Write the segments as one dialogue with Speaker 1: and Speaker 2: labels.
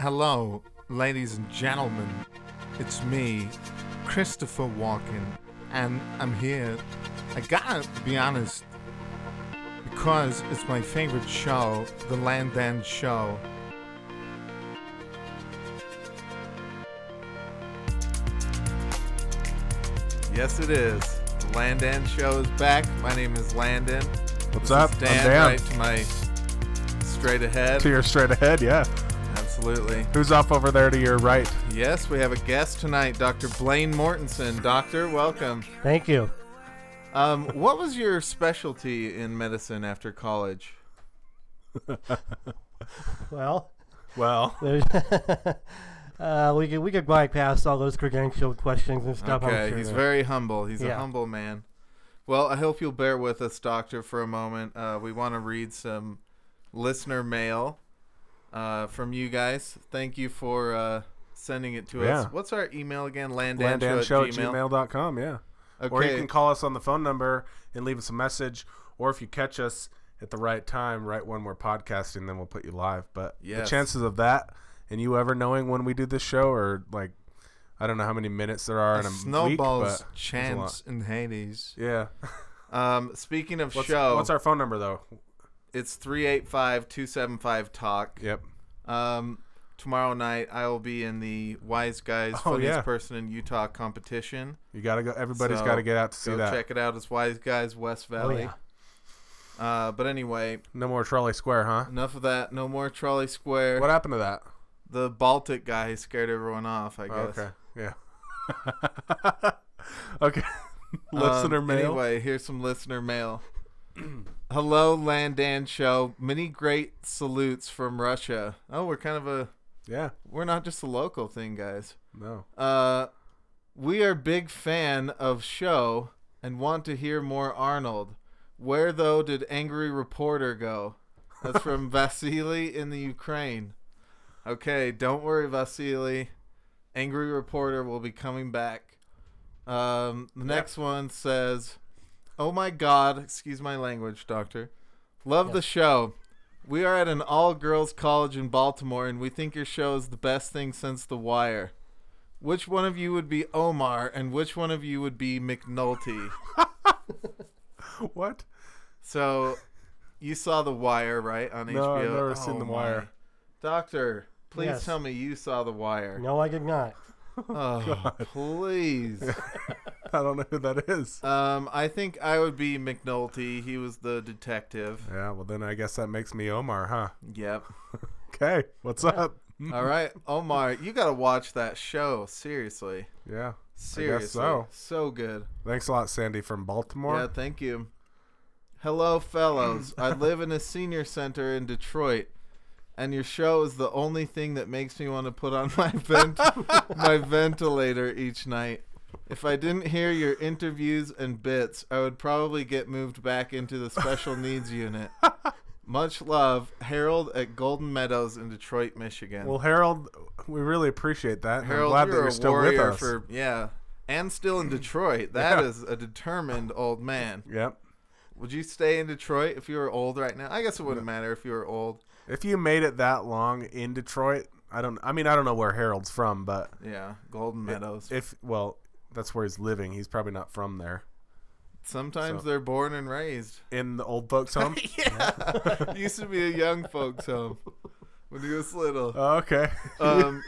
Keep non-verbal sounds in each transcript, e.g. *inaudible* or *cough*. Speaker 1: Hello, ladies and gentlemen. It's me, Christopher Walken, and I'm here. I gotta be honest, because it's my favorite show, The Land End Show.
Speaker 2: Yes, it is. The Landon Show is back. My name is Landon.
Speaker 3: What's
Speaker 2: This
Speaker 3: up?
Speaker 2: is
Speaker 3: I'm
Speaker 2: Dan,
Speaker 3: Dan.
Speaker 2: right to my straight ahead.
Speaker 3: To your straight ahead, yeah.
Speaker 2: Absolutely.
Speaker 3: Who's up over there to your right?
Speaker 2: Yes, we have a guest tonight, Dr. Blaine Mortensen. Doctor, welcome.
Speaker 4: Thank you.
Speaker 2: Um, what was your specialty in medicine after college?
Speaker 4: Well,
Speaker 3: Well,
Speaker 4: there's, *laughs* uh, we could we could bypass all those credential questions and stuff. I'm
Speaker 2: Okay,
Speaker 4: sure
Speaker 2: he's
Speaker 4: of.
Speaker 2: very humble. He's a
Speaker 4: Yeah.
Speaker 2: humble man. Well, I hope you'll bear with us, Doctor, for a moment. Uh, we want to read some listener mail uh, from you guys. Thank you for uh, sending it to
Speaker 3: Yeah.
Speaker 2: us. What's our email again? Landanshow,
Speaker 3: landanshow
Speaker 2: at
Speaker 3: at
Speaker 2: gmail.
Speaker 3: gmail.com, yeah.
Speaker 2: Okay.
Speaker 3: Or you can call us on the phone number and leave us a message. Or if you catch us at the right time, right when we're podcasting, then we'll put you live. But
Speaker 2: Yes.
Speaker 3: the chances of that and you ever knowing when we do this show are like, I don't know how many minutes there are
Speaker 2: A
Speaker 3: in a
Speaker 2: snowball's
Speaker 3: week, but there's a lot.
Speaker 1: Chance in Hades.
Speaker 3: Yeah.
Speaker 2: Um, speaking of
Speaker 3: What's,
Speaker 2: show,
Speaker 3: what's our phone number, though?
Speaker 2: it's 385-275-TALK.
Speaker 3: Yep.
Speaker 2: Um, tomorrow night, I will be in the Wise Guys
Speaker 3: Oh,
Speaker 2: Funniest
Speaker 3: yeah.
Speaker 2: Person in Utah competition.
Speaker 3: You got to go. Everybody's
Speaker 2: So,
Speaker 3: got to get out to see
Speaker 2: Go
Speaker 3: that. Oh,
Speaker 2: check it out. It's Wise Guys West Valley.
Speaker 4: yeah.
Speaker 2: uh, but anyway,
Speaker 3: No more trolley square, huh?
Speaker 2: enough of that. No more trolley square.
Speaker 3: What happened to that?
Speaker 2: the Baltic guy scared everyone off, I guess.
Speaker 3: Okay. Yeah.
Speaker 2: *laughs*
Speaker 3: okay. Listener
Speaker 2: Um,
Speaker 3: mail.
Speaker 2: Anyway, here's some listener mail. *clears throat* Hello, Landan Show. Many great salutes from Russia. Oh, we're kind of a
Speaker 3: Yeah.
Speaker 2: we're not just a local thing, guys.
Speaker 3: No.
Speaker 2: Uh, we are big fan of show and want to hear more Arnold. Where though did Angry Reporter go? That's from Vasily in the Ukraine. Okay, don't worry, Vasily. Angry Reporter will be coming back. Um, the next one says, "Oh my God, excuse my language, Doctor. Love the show. We are at an all-girls college in Baltimore, and we think your show is the best thing since The Wire." Which one of you would be Omar and which one of you would be McNulty?
Speaker 3: What?
Speaker 2: so you saw The Wire, right? On
Speaker 3: No,
Speaker 2: HBO.
Speaker 3: I've never seen The
Speaker 2: Oh, my.
Speaker 3: Wire. *laughs*
Speaker 2: Doctor, please
Speaker 4: Yes.
Speaker 2: tell me you saw The Wire.
Speaker 4: No, I did not.
Speaker 2: oh,
Speaker 3: *laughs*
Speaker 2: please.
Speaker 3: I don't know who that is.
Speaker 2: um, I think I would be McNulty. He was the detective.
Speaker 3: Yeah, well then I guess that makes me Omar, huh?
Speaker 2: Yep.
Speaker 3: Okay. What's up?
Speaker 2: All right, Omar, you got to watch that show. Seriously.
Speaker 3: Yeah.
Speaker 2: Seriously.
Speaker 3: so.
Speaker 2: so good.
Speaker 3: Thanks a lot, Sandy from Baltimore.
Speaker 2: Yeah, thank you. Hello, fellows.
Speaker 3: *laughs*
Speaker 2: I live in a senior center in Detroit, and your show is the only thing that makes me want to put on
Speaker 3: *laughs*
Speaker 2: my vent- my ventilator each night. If I didn't hear your interviews and bits, I would probably get moved back into the
Speaker 3: *laughs*
Speaker 2: special needs unit. Much love, Harold at Golden Meadows in Detroit, Michigan.
Speaker 3: Well, Harold, we really appreciate that. and
Speaker 2: Harold,
Speaker 3: I'm glad
Speaker 2: you're
Speaker 3: that you're
Speaker 2: a
Speaker 3: still with
Speaker 2: warrior
Speaker 3: us.
Speaker 2: for yeah, and still in
Speaker 3: *clears throat*
Speaker 2: Detroit. That
Speaker 3: Yeah.
Speaker 2: is a determined old man.
Speaker 3: Yep.
Speaker 2: Would you stay in Detroit if you were old right now? I guess it wouldn't matter if you were old.
Speaker 3: If you made it that long in Detroit, I don't I mean I don't know where Harold's from, but
Speaker 2: Yeah, Golden Meadows.
Speaker 3: if well, that's where he's living. He's probably not from there.
Speaker 2: Sometimes
Speaker 3: so-
Speaker 2: they're born and raised.
Speaker 3: In the old folks home?
Speaker 2: yeah, used to be a young folks
Speaker 3: *laughs*
Speaker 2: home when he was little.
Speaker 3: Oh, okay. *laughs*
Speaker 2: Um,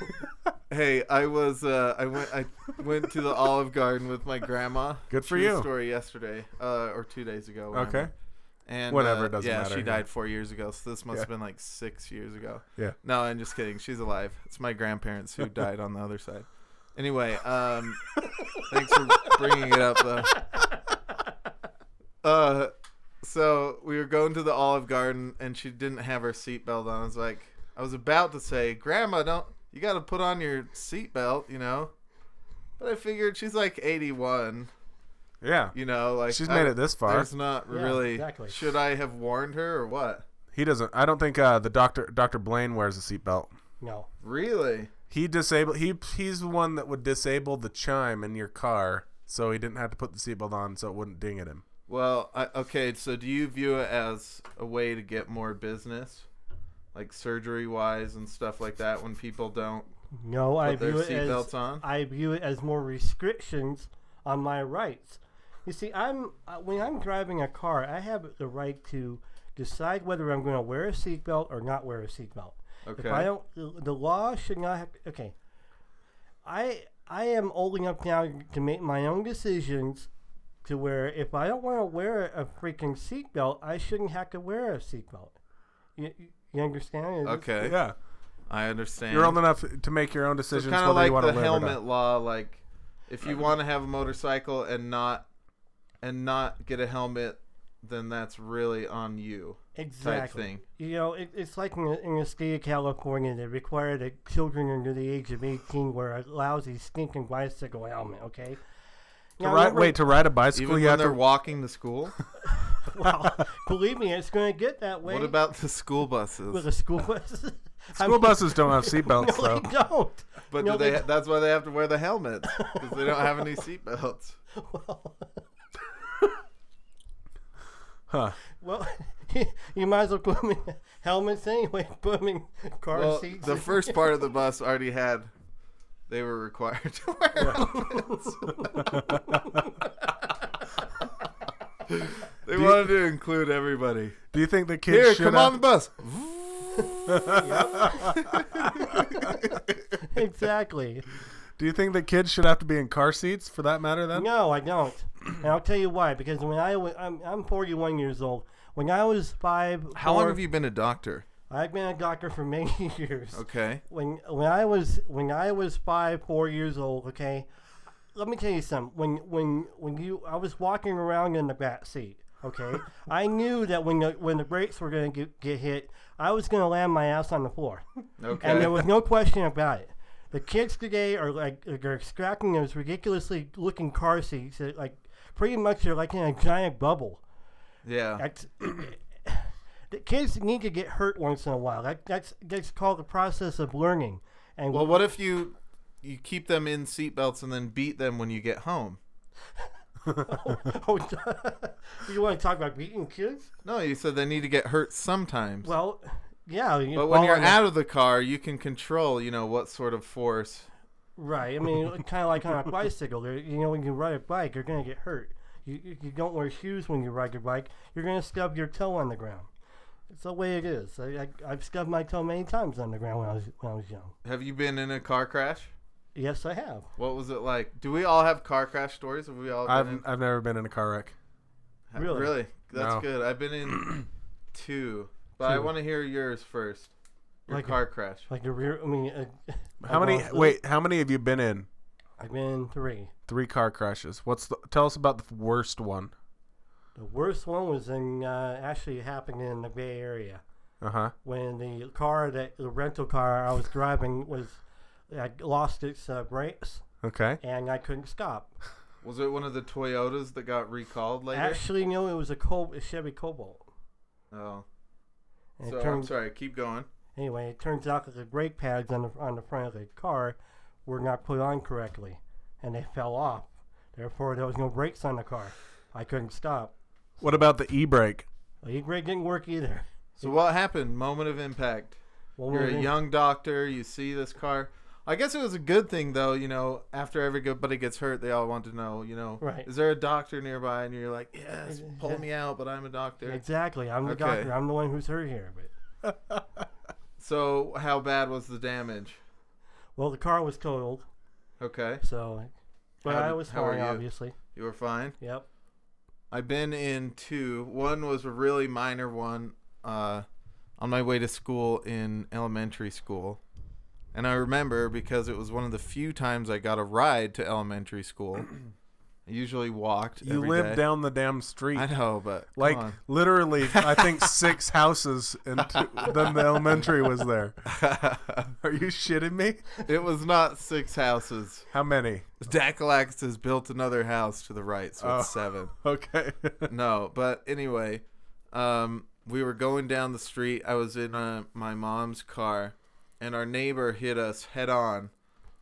Speaker 2: hey, I was uh, I went I went to the Olive Garden with my grandma.
Speaker 3: Good for
Speaker 2: True
Speaker 3: you.
Speaker 2: Story yesterday uh, or two days ago. whatever.
Speaker 3: Okay.
Speaker 2: And
Speaker 3: Whatever,
Speaker 2: uh,
Speaker 3: it doesn't
Speaker 2: yeah,
Speaker 3: matter,
Speaker 2: she
Speaker 3: yeah.
Speaker 2: died four years ago, so this must
Speaker 3: Yeah.
Speaker 2: have been like six years ago.
Speaker 3: Yeah.
Speaker 2: No, I'm just kidding. She's alive. It's my grandparents who died on the other side. Anyway, um, thanks for bringing it up though. Uh, so we were going to the Olive Garden, and she didn't have her seatbelt on. I was like, I was about to say, Grandma, don't you got to put on your seatbelt, you know? But I figured she's like 81,
Speaker 3: Yeah.
Speaker 2: you know, like
Speaker 3: She's
Speaker 2: I-
Speaker 3: made it this far.
Speaker 2: There's not
Speaker 4: Yeah,
Speaker 2: really.
Speaker 4: exactly.
Speaker 2: Should I have warned her or what?
Speaker 3: He doesn't. I don't think uh, the doctor Doctor Blaine wears a seatbelt.
Speaker 4: No.
Speaker 2: Really?
Speaker 3: He disabled. He he's the one that would disable the chime in your car, so he didn't have to put the seatbelt on, so it wouldn't ding at him.
Speaker 2: Well, I, okay. So, do you view it as a way to get more business? like surgery wise and stuff like that when people don't
Speaker 4: No, I
Speaker 2: put their
Speaker 4: view it as
Speaker 2: seatbelts on?
Speaker 4: I view it as more restrictions on my rights. You see, I'm uh, when I'm driving a car, I have the right to decide whether I'm going to wear a seatbelt or not wear a seatbelt.
Speaker 2: Okay.
Speaker 4: If I don't, the the law should not. Have, okay, I I am old enough now to make my own decisions. To where if I don't want to wear a freaking seatbelt, I shouldn't have to wear a seatbelt. You, you understand? It's-
Speaker 2: Okay.
Speaker 3: Yeah,
Speaker 2: I understand.
Speaker 3: you're old enough to make your own
Speaker 2: It's
Speaker 3: decisions
Speaker 2: kind
Speaker 3: whether
Speaker 2: of like
Speaker 3: you want
Speaker 2: the
Speaker 3: to live or
Speaker 2: helmet
Speaker 3: not.
Speaker 2: law. Like, if you want to have a motorcycle and not and not get a helmet, then that's really on you.
Speaker 4: Exactly.
Speaker 2: Type thing.
Speaker 4: You know, it, it's like in the, in the state of California, they require that children under the age of 18 wear a lousy, stinking bicycle helmet, okay?
Speaker 3: To
Speaker 4: Now,
Speaker 3: ride,
Speaker 4: remember-
Speaker 3: wait, to ride a bicycle,
Speaker 2: Even
Speaker 3: you
Speaker 2: when
Speaker 3: have
Speaker 2: they're
Speaker 3: to.
Speaker 2: walking to
Speaker 3: *laughs*
Speaker 2: school.
Speaker 4: *laughs* Well, believe me, it's going to get that way
Speaker 2: What about the school
Speaker 4: with
Speaker 2: buses? *laughs*
Speaker 4: a school bus. *laughs* School
Speaker 3: School buses don't have seatbelts,
Speaker 4: No,
Speaker 3: though.
Speaker 4: they don't.
Speaker 2: But
Speaker 4: no,
Speaker 2: do they?
Speaker 4: they-
Speaker 2: That's why they have to wear the helmets because they don't have any
Speaker 3: *laughs*
Speaker 2: seatbelts.
Speaker 4: Well,
Speaker 3: Huh.
Speaker 4: *laughs* well *laughs* you might as well put them in *laughs* helmets anyway, *laughs* put them in car
Speaker 2: Well,
Speaker 4: seats.
Speaker 2: the first *laughs* part of the bus already had. They were required *laughs* to wear helmets.
Speaker 3: *laughs*
Speaker 2: they
Speaker 3: Do you-
Speaker 2: wanted to include everybody.
Speaker 3: Do you think the kids
Speaker 1: Here,
Speaker 3: should
Speaker 1: come
Speaker 3: have-
Speaker 1: on the bus.
Speaker 2: *laughs*
Speaker 3: *laughs*
Speaker 4: *laughs* exactly.
Speaker 3: Do you think the kids should have to be in car seats for that matter? Then
Speaker 4: No, I don't. And I'll tell you why. Because when I was, I'm, I'm 41 years old. When I was five,
Speaker 2: How long
Speaker 4: four-
Speaker 2: have you been a doctor?
Speaker 4: I've been a doctor for many *laughs* years.
Speaker 2: Okay.
Speaker 4: When when I was when I was five, four years old. Okay, let me tell you something. When when when you, I was walking around in the back seat. Okay, I knew that when the when the brakes were gonna get, get hit, I was gonna land my ass on the floor.
Speaker 2: Okay.
Speaker 4: and there was no question about it. The kids today are like they're extracting those ridiculously looking car seats. That, like pretty much they're like in a giant bubble.
Speaker 2: yeah.
Speaker 4: That's *clears throat* the kids need to get hurt once in a while. That, that's that's called the process of learning. And
Speaker 2: Well, what if you you keep them in seatbelts and then beat them when you get home?
Speaker 4: *laughs* oh, *laughs* you want to talk about beating kids?
Speaker 2: No, you said they need to get hurt sometimes.
Speaker 4: Well, yeah. you
Speaker 2: but when
Speaker 4: fall
Speaker 2: you're
Speaker 4: on
Speaker 2: out of the car, you can control, you know, what sort of force.
Speaker 4: the- right, I mean, kind of like on a bicycle. There- You know, when you ride a bike, you're gonna get hurt. You, you you don't wear shoes when you ride your bike. You're gonna stub your toe on the ground. It's the way it is. I, I, I've stubbed my toe many times on the ground when I was when I was young.
Speaker 2: Have you been in a car crash?
Speaker 4: Yes, I have.
Speaker 2: What was it like? Do we all have car crash stories? Have we all been
Speaker 3: I've
Speaker 2: in-
Speaker 3: I've never been in a car wreck.
Speaker 2: ha-
Speaker 4: Really?
Speaker 2: That's
Speaker 3: No.
Speaker 2: good. I've been
Speaker 4: *clears throat*
Speaker 2: in two, but I
Speaker 4: Two.
Speaker 2: want to hear yours first. Your
Speaker 4: Like a-
Speaker 2: car crash.
Speaker 4: Like the rear. I mean, uh,
Speaker 3: How
Speaker 4: *laughs* I've
Speaker 3: many?
Speaker 4: lost-
Speaker 3: Wait, how many have you been in?
Speaker 4: I've been in three.
Speaker 3: Three car crashes. What's the? Tell us about the worst one.
Speaker 4: The worst one was in uh, actually happened in the Bay Area
Speaker 3: Uh huh.
Speaker 4: when the car that the rental car I was driving was I lost its uh, brakes
Speaker 3: Okay.
Speaker 4: and I couldn't stop.
Speaker 2: Was it one of the Toyotas that got recalled later?
Speaker 4: Actually, no, it was a, Col- a Chevy Cobalt.
Speaker 2: oh.
Speaker 4: And
Speaker 2: So
Speaker 4: it
Speaker 2: I'm
Speaker 4: turns
Speaker 2: sorry. Keep going.
Speaker 4: anyway, it turns out that the brake pads on the on the front of the car were not put on correctly, and they fell off. Therefore, there was no brakes on the car. I couldn't stop.
Speaker 3: What about the e brake?
Speaker 4: The brake didn't work either.
Speaker 2: So what happened? Moment of impact.
Speaker 4: Well,
Speaker 2: You're
Speaker 4: when-
Speaker 2: a young doctor. You see this car. I guess it was a good thing though. You know, after everybody gets hurt, they all want to know. You know,
Speaker 4: Right.
Speaker 2: Is there a doctor nearby? And you're like, yes,
Speaker 4: Is-
Speaker 2: pull me out, but I'm a doctor.
Speaker 4: Exactly. I'm the
Speaker 2: Okay.
Speaker 4: doctor. I'm the one who's hurt here. But
Speaker 2: So how bad was the damage?
Speaker 4: well, the car was totaled.
Speaker 2: Okay,
Speaker 4: So, but
Speaker 2: How
Speaker 4: I
Speaker 2: did-
Speaker 4: was
Speaker 2: how were
Speaker 4: fine,
Speaker 2: you?
Speaker 4: obviously.
Speaker 2: you were fine.
Speaker 4: Yep.
Speaker 2: I've been in two. One was a really minor one uh, on my way to school in elementary school. And I remember because it was one of the few times I got a ride to elementary school. *clears throat* I usually walked.
Speaker 3: You
Speaker 2: every
Speaker 3: live
Speaker 2: day.
Speaker 3: down the damn
Speaker 2: *laughs*
Speaker 3: street.
Speaker 2: I know, but come
Speaker 3: Like
Speaker 2: on.
Speaker 3: literally, I think six houses, and two, then the elementary was there. Are you shitting me?
Speaker 2: *laughs* it was not six houses.
Speaker 3: How many?
Speaker 2: Dacalax has built another house to the right, so it's
Speaker 3: Oh.
Speaker 2: seven.
Speaker 3: Okay. *laughs*
Speaker 2: no, but anyway, um, we were going down the street. I was in uh, my mom's car, and our neighbor hit us head on,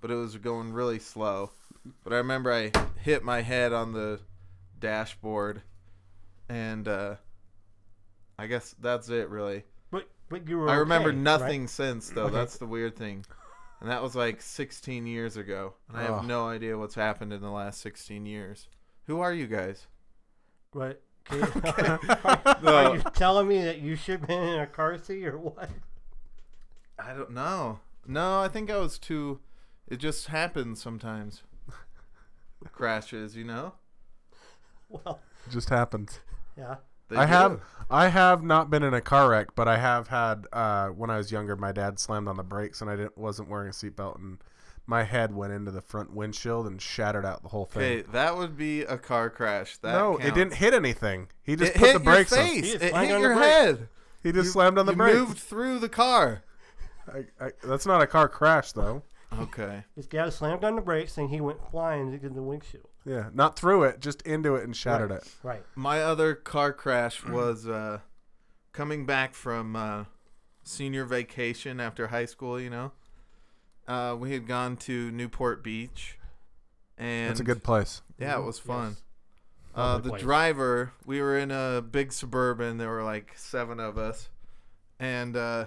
Speaker 2: but it was going really slow. But I remember I hit my head on the dashboard, and uh, I guess that's it, really.
Speaker 4: But But you were.
Speaker 2: I remember
Speaker 4: okay, right?
Speaker 2: nothing since though.
Speaker 4: Okay.
Speaker 2: That's the weird thing. And that was like 16 years ago, and I have
Speaker 3: Ugh.
Speaker 2: no idea what's happened in the last 16 years. Who are you guys?
Speaker 4: Right.
Speaker 2: *laughs*
Speaker 4: Okay. *laughs* are,
Speaker 2: No.
Speaker 4: you telling me that you should have been in a car seat or what? *laughs*
Speaker 2: I don't know. No, I think I was too. It just happens
Speaker 3: *laughs*
Speaker 2: sometimes. Crashes, you know.
Speaker 4: Well,
Speaker 3: just happens.
Speaker 4: yeah.
Speaker 2: They
Speaker 3: I
Speaker 2: do.
Speaker 3: have I have not been in a car wreck, but I have had uh, when I was younger. My dad slammed on the brakes, and I didn't wasn't wearing a seatbelt, and my head went into the front windshield and shattered out the whole thing.
Speaker 2: Okay, that would be a car crash. That
Speaker 3: no, it
Speaker 2: counts.
Speaker 3: didn't hit anything. He just
Speaker 2: It
Speaker 3: put
Speaker 2: hit
Speaker 3: the brakes.
Speaker 2: your
Speaker 3: on.
Speaker 2: face.
Speaker 4: He
Speaker 2: It
Speaker 4: is
Speaker 2: hit
Speaker 4: flying on the
Speaker 2: your
Speaker 4: brakes.
Speaker 2: head.
Speaker 3: He just slammed on the
Speaker 2: you
Speaker 3: brakes.
Speaker 2: moved through the car.
Speaker 3: I, I, that's not a car crash though.
Speaker 2: Okay.
Speaker 4: This guy slammed on the brakes and he went flying into the windshield.
Speaker 3: Yeah, not through it, just into it and shattered it.
Speaker 4: Right.
Speaker 2: My other car crash was uh, coming back from uh, senior vacation after high school. You know, uh, we had gone to Newport Beach, and
Speaker 3: That's a good place.
Speaker 2: yeah, it was
Speaker 4: Mm-hmm.
Speaker 2: fun.
Speaker 4: Yes.
Speaker 2: Uh,
Speaker 4: Lovely
Speaker 2: the
Speaker 4: place.
Speaker 2: driver, we were in a big suburban. There were like seven of us, and uh,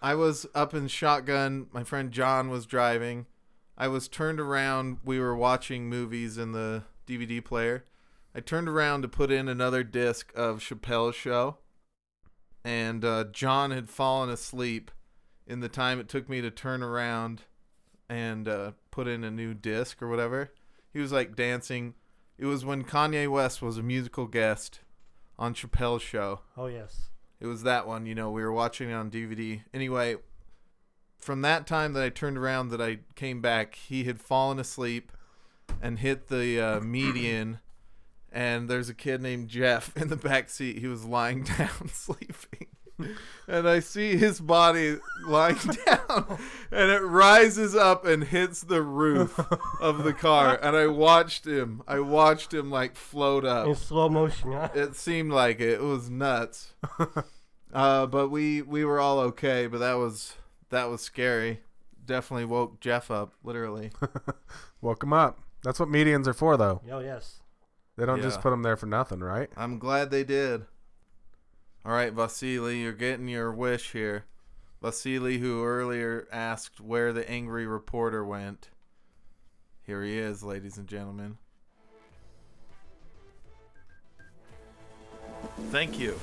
Speaker 2: I was up in shotgun. My friend John was driving. I was turned around. We were watching movies in the DVD player. I turned around to put in another disc of Chappelle's Show, and uh, John had fallen asleep in the time it took me to turn around and uh, put in a new disc or whatever. He was like dancing. It was when Kanye West was a musical guest on Chappelle's show.
Speaker 4: Oh yes.
Speaker 2: It was that one, you know, we were watching it on DVD. Anyway, from that time that I turned around that I came back, he had fallen asleep and hit the uh, median and there's a kid named Jeff in the back seat. He was lying *laughs* down sleeping. And I see his body lying *laughs* down and it rises up and hits the roof of the car and I watched him. I watched him like float up
Speaker 4: In slow motion. Huh?
Speaker 2: uh, it seemed like it. It was nuts. uh, but we we were all okay. But that was that was scary. Definitely woke Jeff up. Literally.
Speaker 3: Woke him up. That's what medians are for, though.
Speaker 4: *laughs* Oh yes.
Speaker 3: They don't just
Speaker 2: Yeah.
Speaker 3: put them there for nothing, right?
Speaker 2: I'm glad they did. All right, Vasily, you're getting your wish here. Vasily, who earlier asked where the angry reporter went. Here he is, ladies and gentlemen. Thank you.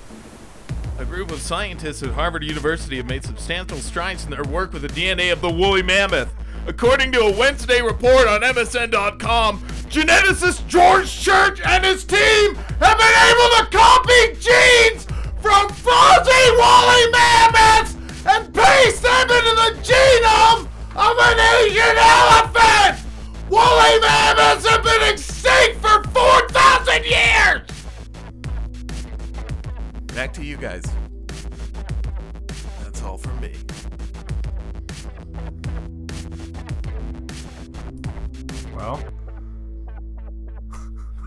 Speaker 2: A group of scientists at Harvard University have made substantial strides in their work with the DNA of the woolly mammoth. According to a Wednesday report on MSN.com, geneticist George Church and his team have been able to copy genes from fuzzy woolly mammoths and paste them into the genome of an Asian elephant! Woolly mammoths have been extinct for 4,000 years! Back to you guys. That's all from me.
Speaker 3: Well,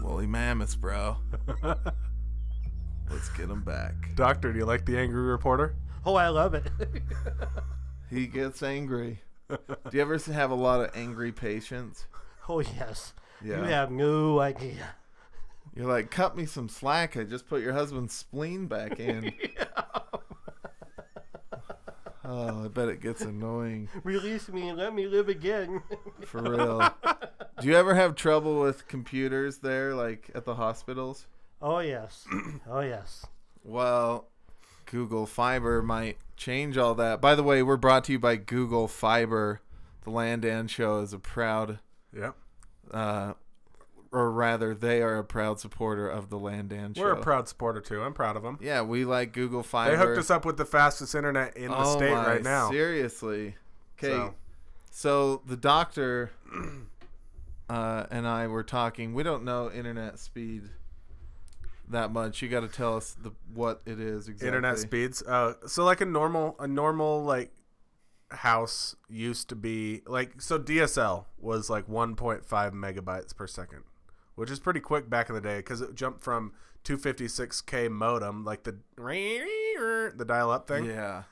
Speaker 2: Woolly mammoths, *laughs* bro. Let's get him back.
Speaker 3: Doctor, do you like the angry reporter?
Speaker 4: Oh, I love it. *laughs*
Speaker 2: He gets angry. Do you ever have a lot of angry patients?
Speaker 4: oh yes.
Speaker 2: Yeah.
Speaker 4: You have no idea. *laughs*
Speaker 2: You're like, cut me some slack. I just put your husband's spleen *laughs* back in. oh, I bet it gets annoying.
Speaker 4: Release me and let me live again. *laughs*
Speaker 2: For real. Do you ever have trouble with computers there, like at the hospitals?
Speaker 4: oh yes. Oh yes.
Speaker 2: Well, Google Fiber might change all that. By the way, we're brought to you by Google Fiber. The Landan Show is a proud,
Speaker 3: Yep.
Speaker 2: uh, or rather, they are a proud supporter of the Landan Show.
Speaker 3: We're a proud supporter too. I'm proud of them.
Speaker 2: Yeah, we like Google Fiber.
Speaker 3: They hooked us up with the fastest internet in the
Speaker 2: Oh
Speaker 3: state
Speaker 2: my,
Speaker 3: right now.
Speaker 2: Seriously. Okay.
Speaker 3: So-
Speaker 2: So the doctor *clears throat* uh, and I were talking. We don't know internet speed that much. You got to tell us the, what it is exactly.
Speaker 3: Internet speeds. Uh, so like a normal a normal like house used to be like so DSL was like 1.5 megabytes per second, which is pretty quick back in the day because it jumped from 256k modem like the the dial up thing.
Speaker 2: Yeah.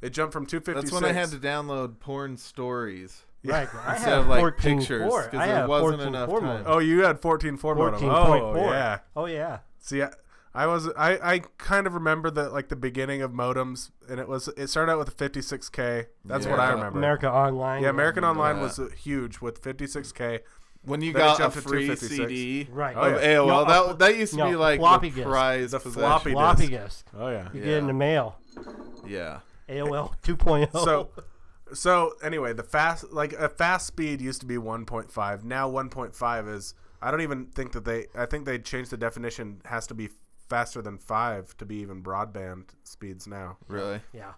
Speaker 3: It jumped from 256.
Speaker 2: That's when I had to download porn stories.
Speaker 4: *laughs* Right. Oh, I
Speaker 2: Instead
Speaker 4: have
Speaker 2: of, like,
Speaker 4: 14
Speaker 2: pictures,
Speaker 4: four.
Speaker 2: 'cause
Speaker 4: I
Speaker 2: there
Speaker 4: have
Speaker 2: wasn't
Speaker 4: 14
Speaker 2: enough
Speaker 4: four
Speaker 2: time.
Speaker 4: modem.
Speaker 3: Oh, you had 14.4 modem.
Speaker 4: 14.4.
Speaker 3: Oh yeah.
Speaker 4: Oh yeah.
Speaker 3: See, I, I was I, I kind of remember the like the beginning of modems, and it was it started out with a 56k. That's what I
Speaker 2: Yeah.
Speaker 3: remember.
Speaker 4: America Online.
Speaker 3: Yeah, American Online was
Speaker 2: Yeah.
Speaker 3: uh, huge with 56k.
Speaker 2: When you
Speaker 3: Then it
Speaker 2: got a
Speaker 3: jumped to
Speaker 2: free
Speaker 3: 256.
Speaker 2: CD
Speaker 4: Right.
Speaker 3: Oh,
Speaker 2: of
Speaker 3: yeah.
Speaker 2: AOL,
Speaker 4: No,
Speaker 2: that
Speaker 4: a-
Speaker 2: that used to
Speaker 4: no,
Speaker 2: be like
Speaker 4: floppy
Speaker 2: the
Speaker 4: disk.
Speaker 2: prized
Speaker 3: The
Speaker 2: possession.
Speaker 3: floppy
Speaker 4: floppy
Speaker 3: disk.
Speaker 4: disk.
Speaker 3: Oh yeah.
Speaker 4: You get in the mail.
Speaker 2: Yeah. *laughs*
Speaker 4: AOL 2.0.
Speaker 3: *laughs* So so anyway, the fast like a fast speed used to be 1.5. Now 1.5 is I don't even think that they I think they changed the definition has to be faster than 5 to be even broadband speeds now.
Speaker 2: Really?
Speaker 4: *laughs* yeah.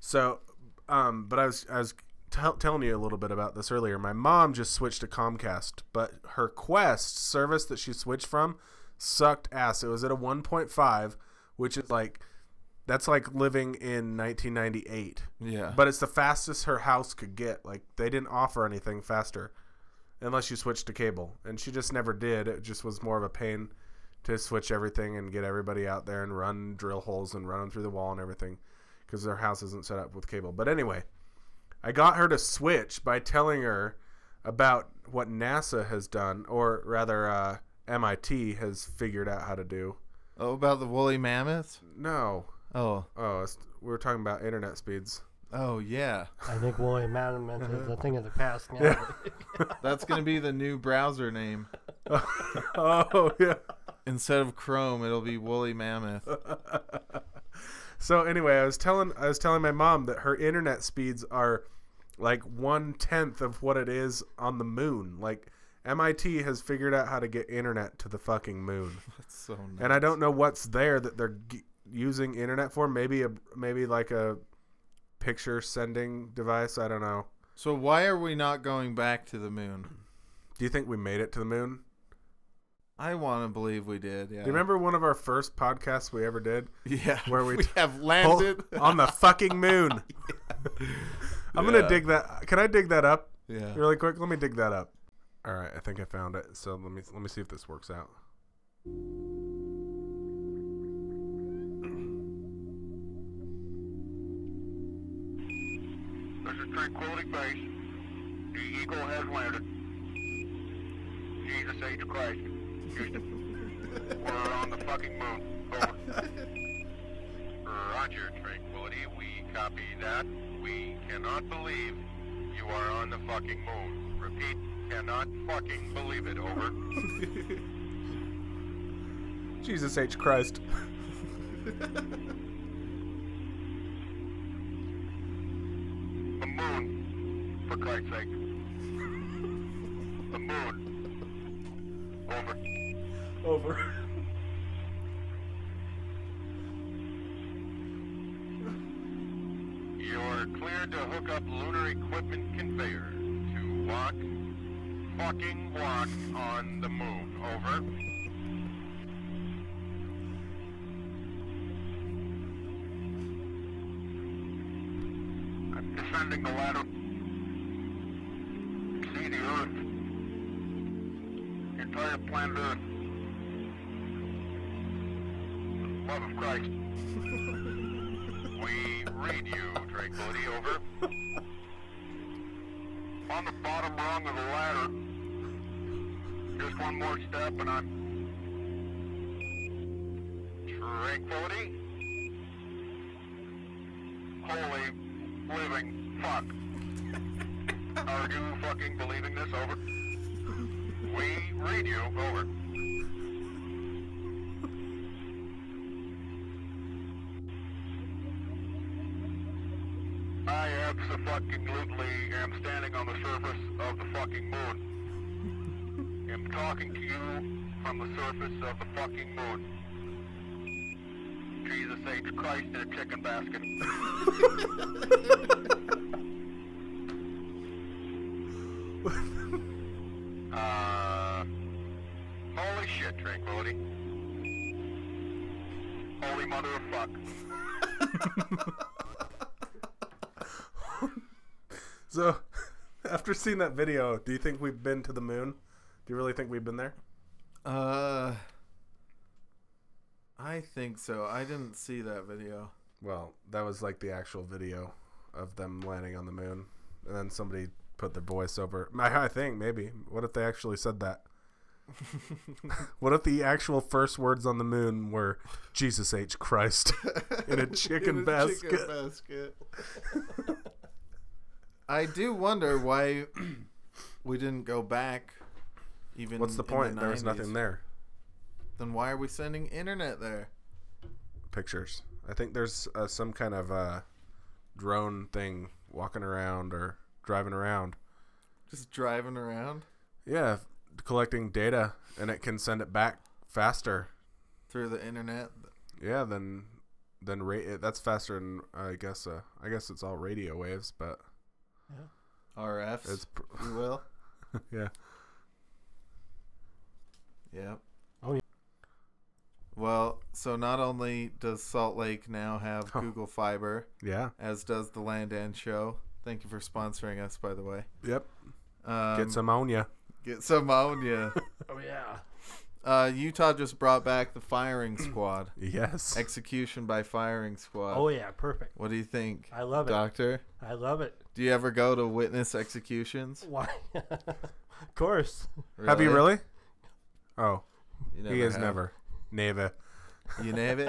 Speaker 3: So, um, but I was I was tell telling you a little bit about this earlier. My mom just switched to Comcast, but her Quest service that she switched from sucked ass. It was at a 1.5, which is like that's like living in 1998.
Speaker 2: Yeah.
Speaker 3: But it's the fastest her house could get. Like they didn't offer anything faster, unless you switched to cable, and she just never did. It just was more of a pain to switch everything and get everybody out there and run drill holes and run them through the wall and everything, because their house isn't set up with cable. But anyway, I got her to switch by telling her about what NASA has done, or rather, uh, MIT has figured out how to do.
Speaker 2: oh, about the woolly mammoth?
Speaker 3: No,
Speaker 2: Oh.
Speaker 3: oh, it's- we were talking about internet speeds. *laughs*
Speaker 2: Oh yeah.
Speaker 4: I think William Madden meant
Speaker 2: Uh-huh.
Speaker 4: is a thing of the past now. *laughs*
Speaker 2: That's gonna be the new browser name.
Speaker 3: Oh yeah.
Speaker 2: Instead of Chrome, it'll be Woolly Mammoth.
Speaker 3: So anyway, I was telling I was telling my mom that her internet speeds are like one tenth of what it is on the moon. Like MIT has figured out how to get internet to the fucking moon,
Speaker 2: That's so nice.
Speaker 3: and I don't know what's there that they're g- using internet for. Maybe a maybe like a picture sending device. I don't know.
Speaker 2: So why are we not going back to the moon?
Speaker 3: Do you think we made it to the moon?
Speaker 2: I want to believe we did. Yeah.
Speaker 3: Do you remember one of our first podcasts we ever did?
Speaker 2: *laughs* Yeah. *laughs*
Speaker 3: where we-
Speaker 2: have landed?
Speaker 3: on the fucking
Speaker 2: *laughs*
Speaker 3: moon. I'm
Speaker 2: Yeah.
Speaker 3: gonna dig that. Can I dig that up?
Speaker 2: yeah.
Speaker 3: really quick let me dig that up all right i think i found it so let me let me see if this works out
Speaker 5: This is Tranquility Base. The Eagle has landed. Jesus H. Christ. Houston. We're on the fucking moon. Over. Roger, Tranquility. We copy that. We cannot believe you are on the fucking moon. Repeat, cannot fucking believe it. Over.
Speaker 3: jesus h christ *laughs*
Speaker 5: The moon. For Christ's sake. The moon. Over.
Speaker 3: over
Speaker 5: You're cleared to hook up lunar equipment conveyor to walk, fucking walk on the moon. Over. I'm descending the ladder. See the Earth. Entire planet Earth. Love of Christ. We read you, Tranquility, over. On the bottom rung of the ladder. Just one more step and I'm... Tranquility? Holy living fuck. Are you fucking believing this, over? We read you, over. I absolutely am standing on the surface of the fucking moon. Am talking to you from the surface of the fucking moon. Jesus H. Christ in a chicken basket. uh, holy shit, Tranquility. Holy mother of fuck.
Speaker 3: so *laughs* after seeing that video do you think we've been to the moon do you really think we've been there
Speaker 2: Uh, I think so. I didn't see that video.
Speaker 3: well that was like the actual video of them landing on the moon *laughs* and then somebody put their voice over my i think maybe what if they actually said that What if the actual first words on the moon were Jesus H. Christ *laughs* in a
Speaker 2: *laughs*
Speaker 3: chicken
Speaker 2: In a
Speaker 3: basket?
Speaker 2: chicken basket. I do wonder why *clears throat* we didn't go back. Even
Speaker 3: What's the
Speaker 2: in
Speaker 3: point? there was
Speaker 2: 90s.
Speaker 3: nothing there.
Speaker 2: Then why are we sending internet there?
Speaker 3: Pictures. I think there's uh, some kind of uh, drone thing walking around or driving around.
Speaker 2: Just driving around
Speaker 3: Yeah, collecting data and it can send it back faster.
Speaker 2: through the internet.
Speaker 3: Yeah, then then ra- that's faster than I guess. Uh, I guess it's all radio waves, but
Speaker 2: RFs,
Speaker 3: it's pr-
Speaker 2: if you will.
Speaker 3: *laughs* yeah.
Speaker 2: Yep.
Speaker 4: Oh, yeah.
Speaker 2: Well, so not only does Salt Lake now have
Speaker 3: Huh.
Speaker 2: Google Fiber,
Speaker 3: Yeah.
Speaker 2: as does the Land and Show. Thank you for sponsoring us, by the way.
Speaker 3: Yep.
Speaker 2: Um,
Speaker 3: Get some ammonia. *laughs*
Speaker 2: Get some ammonia.
Speaker 4: Oh yeah.
Speaker 2: uh, Utah just brought back the firing squad.
Speaker 3: Yes.
Speaker 2: Execution by firing squad.
Speaker 4: Oh yeah. Perfect.
Speaker 2: What do you think,
Speaker 4: I love it.
Speaker 2: Doctor?
Speaker 4: I love it.
Speaker 2: Do you ever go to witness executions?
Speaker 4: Why? *laughs* of course.
Speaker 3: Have you really? Oh,
Speaker 2: You
Speaker 3: he is
Speaker 2: have.
Speaker 3: never. Never.
Speaker 2: You
Speaker 3: *laughs*
Speaker 2: Navy?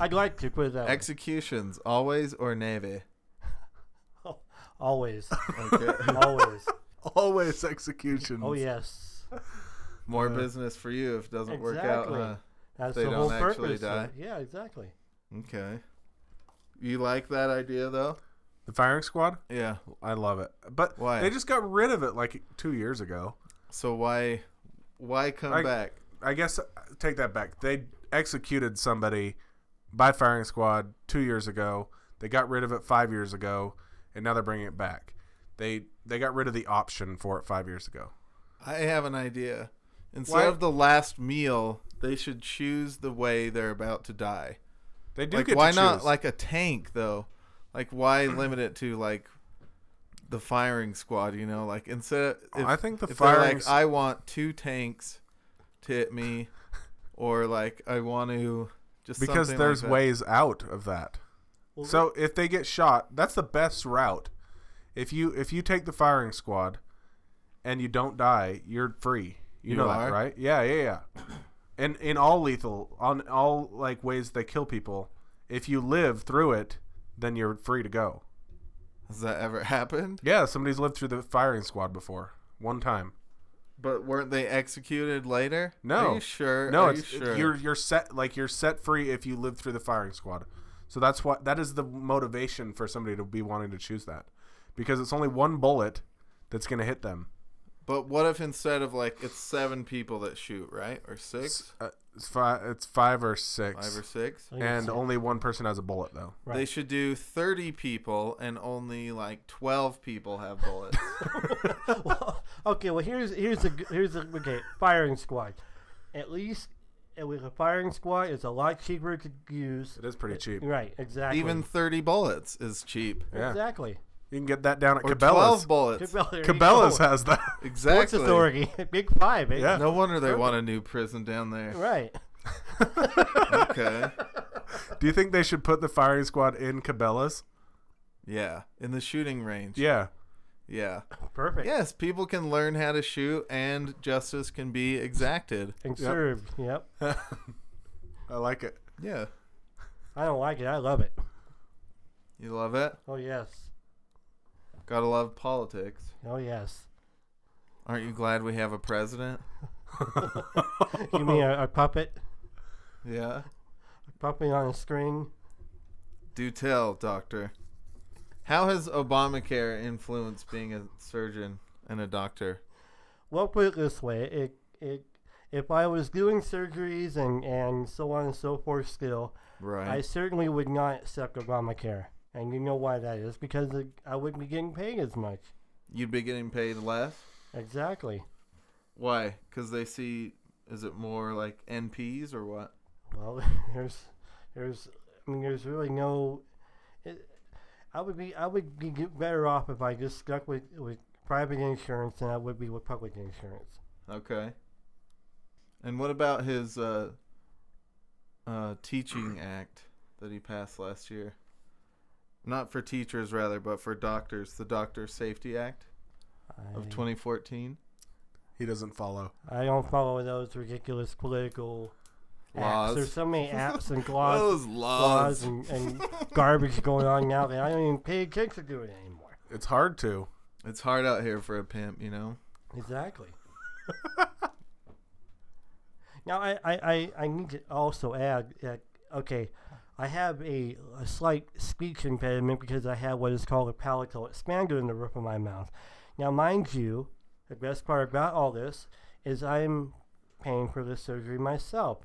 Speaker 4: I'd like to put it that way.
Speaker 2: Executions, always or Navy?
Speaker 4: always,
Speaker 2: *laughs* Okay.
Speaker 4: always.
Speaker 3: Always executions.
Speaker 4: Oh yes.
Speaker 2: More business for you if it doesn't work out.
Speaker 4: Exactly.
Speaker 2: Huh?
Speaker 4: That's
Speaker 2: They
Speaker 4: the
Speaker 2: don't
Speaker 4: whole
Speaker 2: actually
Speaker 4: purpose. of
Speaker 2: die.
Speaker 4: it. Yeah. Exactly.
Speaker 2: Okay. You like that idea though?
Speaker 3: The firing squad?
Speaker 2: Yeah.
Speaker 3: I love it. But
Speaker 2: Why?
Speaker 3: they just got rid of it like two years ago.
Speaker 2: So why why come
Speaker 3: I-
Speaker 2: back?
Speaker 3: I guess uh, take that back. They executed somebody by firing squad two years ago. They got rid of it five years ago, and now they're bringing it back. They they got rid of the option for it five years ago.
Speaker 2: I have an idea. Instead
Speaker 3: Why-
Speaker 2: of the last meal, they should choose the way they're about to die.
Speaker 3: They do
Speaker 2: like
Speaker 3: get
Speaker 2: why
Speaker 3: to
Speaker 2: not
Speaker 3: choose.
Speaker 2: like a tank though? Like
Speaker 3: *clears throat*
Speaker 2: why limit it to like the firing squad, you know? Like instead
Speaker 3: Oh, I think the
Speaker 2: if they're
Speaker 3: firing
Speaker 2: like
Speaker 3: s-
Speaker 2: I want two tanks to hit me or like I want to just
Speaker 3: because
Speaker 2: something like
Speaker 3: there's
Speaker 2: that.
Speaker 3: ways out of that.
Speaker 4: Well,
Speaker 3: so if they get shot, that's the best route. If you if you take the firing squad and you don't die, you're free. You,
Speaker 2: You
Speaker 3: know
Speaker 2: are?
Speaker 3: that, right? Yeah, yeah, yeah. *coughs* And in all lethal, on all like ways they kill people, if you live through it, then you're free to go.
Speaker 2: Has that ever *laughs* happened?
Speaker 3: Yeah, somebody's lived through the firing squad before. One time.
Speaker 2: But weren't they executed later?
Speaker 3: No.
Speaker 2: Are you sure?
Speaker 3: No,
Speaker 2: Are
Speaker 3: it's,
Speaker 2: you
Speaker 3: it-
Speaker 2: sure?
Speaker 3: you're you're set like you're set free if you live through the firing squad. So that's what that is the motivation for somebody to be wanting to choose that, because it's only one bullet that's going to hit them.
Speaker 2: But what if instead of like it's seven people that shoot, right? Or six?
Speaker 3: It's, uh, it's five. It's five or six,
Speaker 2: Five or six?
Speaker 4: I think it's-
Speaker 3: and only one person has a bullet though.
Speaker 4: Right.
Speaker 2: They should do 30 people and only like 12 people have bullets.
Speaker 4: *laughs* well, okay, well here's here's a g- here's a okay firing squad. At least uh, with a firing squad, it's a lot cheaper to use.
Speaker 3: It is pretty cheap.
Speaker 4: Right, exactly.
Speaker 2: Even 30 bullets is cheap.
Speaker 3: Yeah,
Speaker 4: exactly.
Speaker 3: you can get that down at
Speaker 2: Or 12
Speaker 3: Cabela's.
Speaker 2: bullets.
Speaker 4: Well, there you
Speaker 3: Cabela's
Speaker 4: go.
Speaker 3: has that.
Speaker 2: *laughs*
Speaker 4: Sports
Speaker 2: Exactly.
Speaker 4: authority, *laughs* big five. eh?
Speaker 3: Yeah.
Speaker 2: No wonder they want a new prison down there.
Speaker 4: Right.
Speaker 2: Okay.
Speaker 3: Do you think they should put the firing squad in Cabela's?
Speaker 2: Yeah. In the shooting range.
Speaker 3: Yeah,
Speaker 2: Yeah.
Speaker 4: Perfect.
Speaker 2: Yes, people can learn how to shoot and justice can be exacted.
Speaker 4: And served. Yep.
Speaker 3: I like it.
Speaker 2: Yeah.
Speaker 4: I don't like it. I love it.
Speaker 2: You love it?
Speaker 4: Oh yes.
Speaker 2: Gotta love politics.
Speaker 4: Oh yes.
Speaker 2: Aren't you glad we have a president?
Speaker 4: You mean a, a puppet?
Speaker 2: Yeah.
Speaker 4: A puppet on a string?
Speaker 2: Do tell, doctor. How has Obamacare influenced being a surgeon and a doctor?
Speaker 4: Well, put it this way: it it if I was doing surgeries and and so on and so forth still, I
Speaker 2: Right.
Speaker 4: certainly would not accept Obamacare. And you know why that is because it, I wouldn't be getting paid as much.
Speaker 2: You'd be getting paid less?
Speaker 4: Exactly.
Speaker 2: Why? Because they see, is it more like NPs or what?
Speaker 4: Well, *laughs* there's there's I mean there's really no. It, I would be I would be get- better off if I just stuck with with private insurance than I would be with public insurance.
Speaker 2: Okay. And what about his uh, uh, teaching act that he passed last year? Not for teachers, rather, but for doctors, the Doctor Safety Act
Speaker 4: I,
Speaker 2: of 2014.
Speaker 3: *laughs* He doesn't follow.
Speaker 4: I don't follow those ridiculous political apps.
Speaker 2: Laws.
Speaker 4: There's so many
Speaker 2: *laughs*
Speaker 4: apps and
Speaker 2: Those
Speaker 4: laws,
Speaker 2: laws.
Speaker 4: laws
Speaker 2: *laughs*
Speaker 4: and, and garbage going on now that I don't even pay attention to it anymore.
Speaker 3: It's hard to.
Speaker 2: It's hard out here for a pimp, you know.
Speaker 4: Exactly. *laughs* now I, I, I, I need to also add that okay, I have a, a slight speech impediment because I have what is called a palatal expander in the roof of my mouth. Now mind you, the best part about all this is I'm paying for this surgery myself.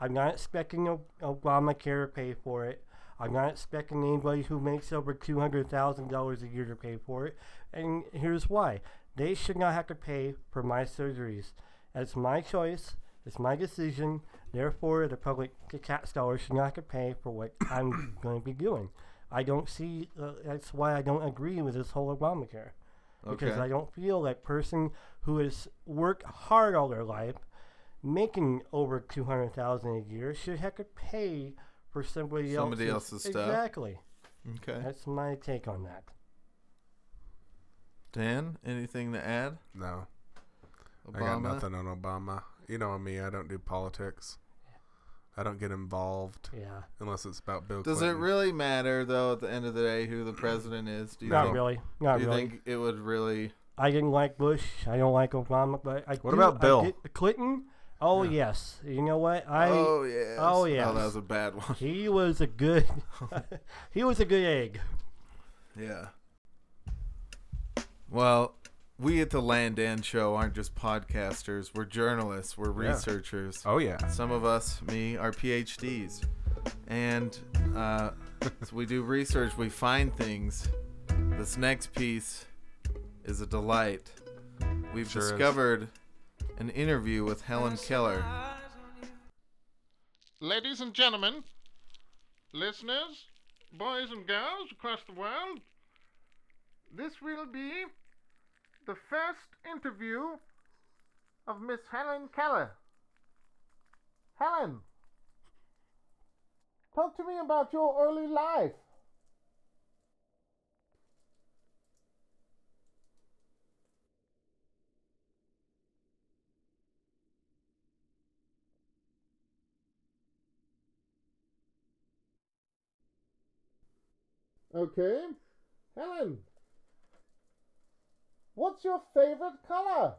Speaker 4: I'm not expecting O- Obamacare to pay for it. I'm not expecting anybody who makes over two hundred thousand dollars a year to pay for it. And here's why: they should not have to pay for my surgeries. It's my choice. It's my decision. Therefore, the public, the tax dollars should not have to pay for what *coughs* I'm going to be doing. I don't see. Uh, that's why I don't agree with this whole Obamacare because
Speaker 2: Okay.
Speaker 4: I don't feel that person who has worked hard all their life, making over two hundred thousand a year, should have to pay for somebody,
Speaker 2: Somebody else's stuff.
Speaker 4: Exactly.
Speaker 2: Okay.
Speaker 4: That's my take on that.
Speaker 2: Dan, anything to add?
Speaker 3: No.
Speaker 2: Obama?
Speaker 3: I got nothing on Obama. You know me, I don't do politics. I don't get involved
Speaker 4: Yeah.
Speaker 3: unless it's about Bill
Speaker 2: Does it
Speaker 3: Clinton.
Speaker 2: really matter though? At the end of the day, who the president is? Do you
Speaker 4: Not
Speaker 2: think,
Speaker 4: really. Not
Speaker 2: do you
Speaker 4: really.
Speaker 2: think it would really?
Speaker 4: I didn't like Bush. I don't like Obama. But I
Speaker 3: What
Speaker 4: do-
Speaker 3: about
Speaker 4: I
Speaker 3: Bill?
Speaker 4: did- Clinton. Oh yes. You know what? I
Speaker 2: oh yeah.
Speaker 4: oh, yes.
Speaker 2: that was a bad *laughs* one.
Speaker 4: he was
Speaker 2: *laughs*
Speaker 4: a good. *laughs* he was a good egg.
Speaker 2: Yeah. Well, we at the Land and Show aren't just podcasters. We're journalists. We're
Speaker 3: Yeah.
Speaker 2: researchers.
Speaker 3: Oh yeah.
Speaker 2: Some of us, me, are PhDs, and uh, so we do research. We find things. This next piece is a delight. We've
Speaker 3: Sure is.
Speaker 2: discovered an interview with Helen Keller.
Speaker 1: Ladies and gentlemen, listeners, boys and girls across the world, this will be the first interview of Miss Helen Keller. Helen, talk to me about your early life. Okay. Helen, what's your favorite color?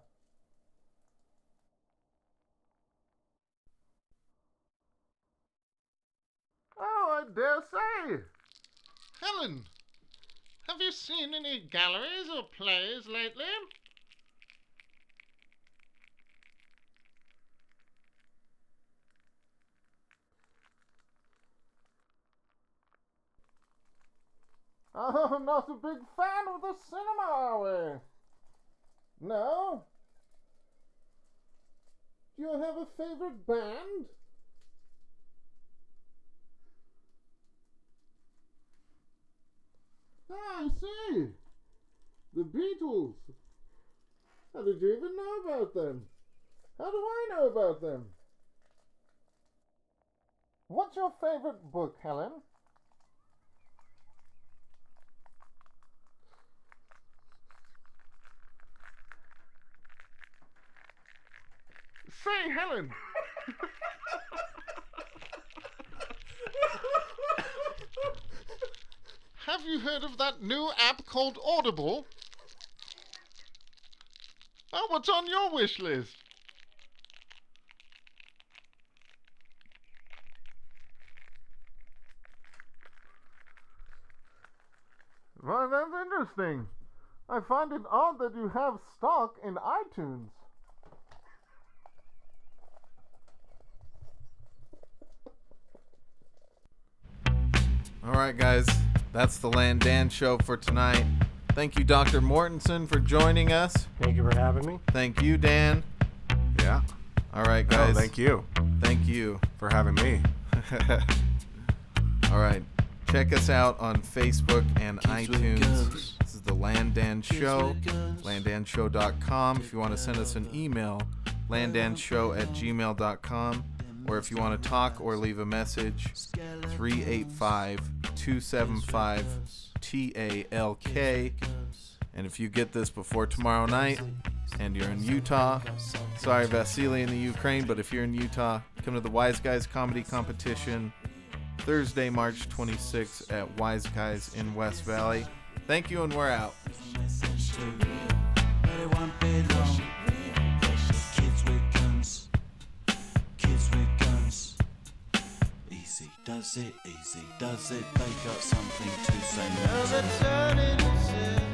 Speaker 1: Oh, I dare say. Helen, have you seen any galleries or plays lately? I'm not a big fan of the cinema, are we? No? Do you have a favorite band? Ah, I see! The Beatles! How did you even know about them? How do I know about them? What's your favorite book, Helen? Say, Helen. Have you heard of that new app called Audible? Oh, what's on your wish list? Well, that's interesting. I find it odd that you have stock in iTunes.
Speaker 2: All right, guys, that's the Land and Show for tonight. Thank you, Dr. Mortensen, for joining us.
Speaker 4: Thank you for having me.
Speaker 2: Thank you, Dan.
Speaker 3: Yeah.
Speaker 2: All right,
Speaker 3: No,
Speaker 2: guys.
Speaker 3: thank you
Speaker 2: Thank you.
Speaker 3: for having me.
Speaker 2: *laughs* All right. Check us out on Facebook and iTunes. This is the Landan Show. Landanshow.com. If you want to send us an email, landanshow at gmail.com. Or if you want to talk or leave a message, 385 275 TALK. And if you get this before tomorrow night and you're in Utah, sorry, Vasily in the Ukraine, but if you're in Utah, come to the Wise Guys Comedy Competition Thursday, March 26th at Wise Guys in West Valley. Thank you, and we're out.
Speaker 6: But it won't be long. Precious kids with guns. Kids with guns. Easy does it, easy does it. They got something to say no to.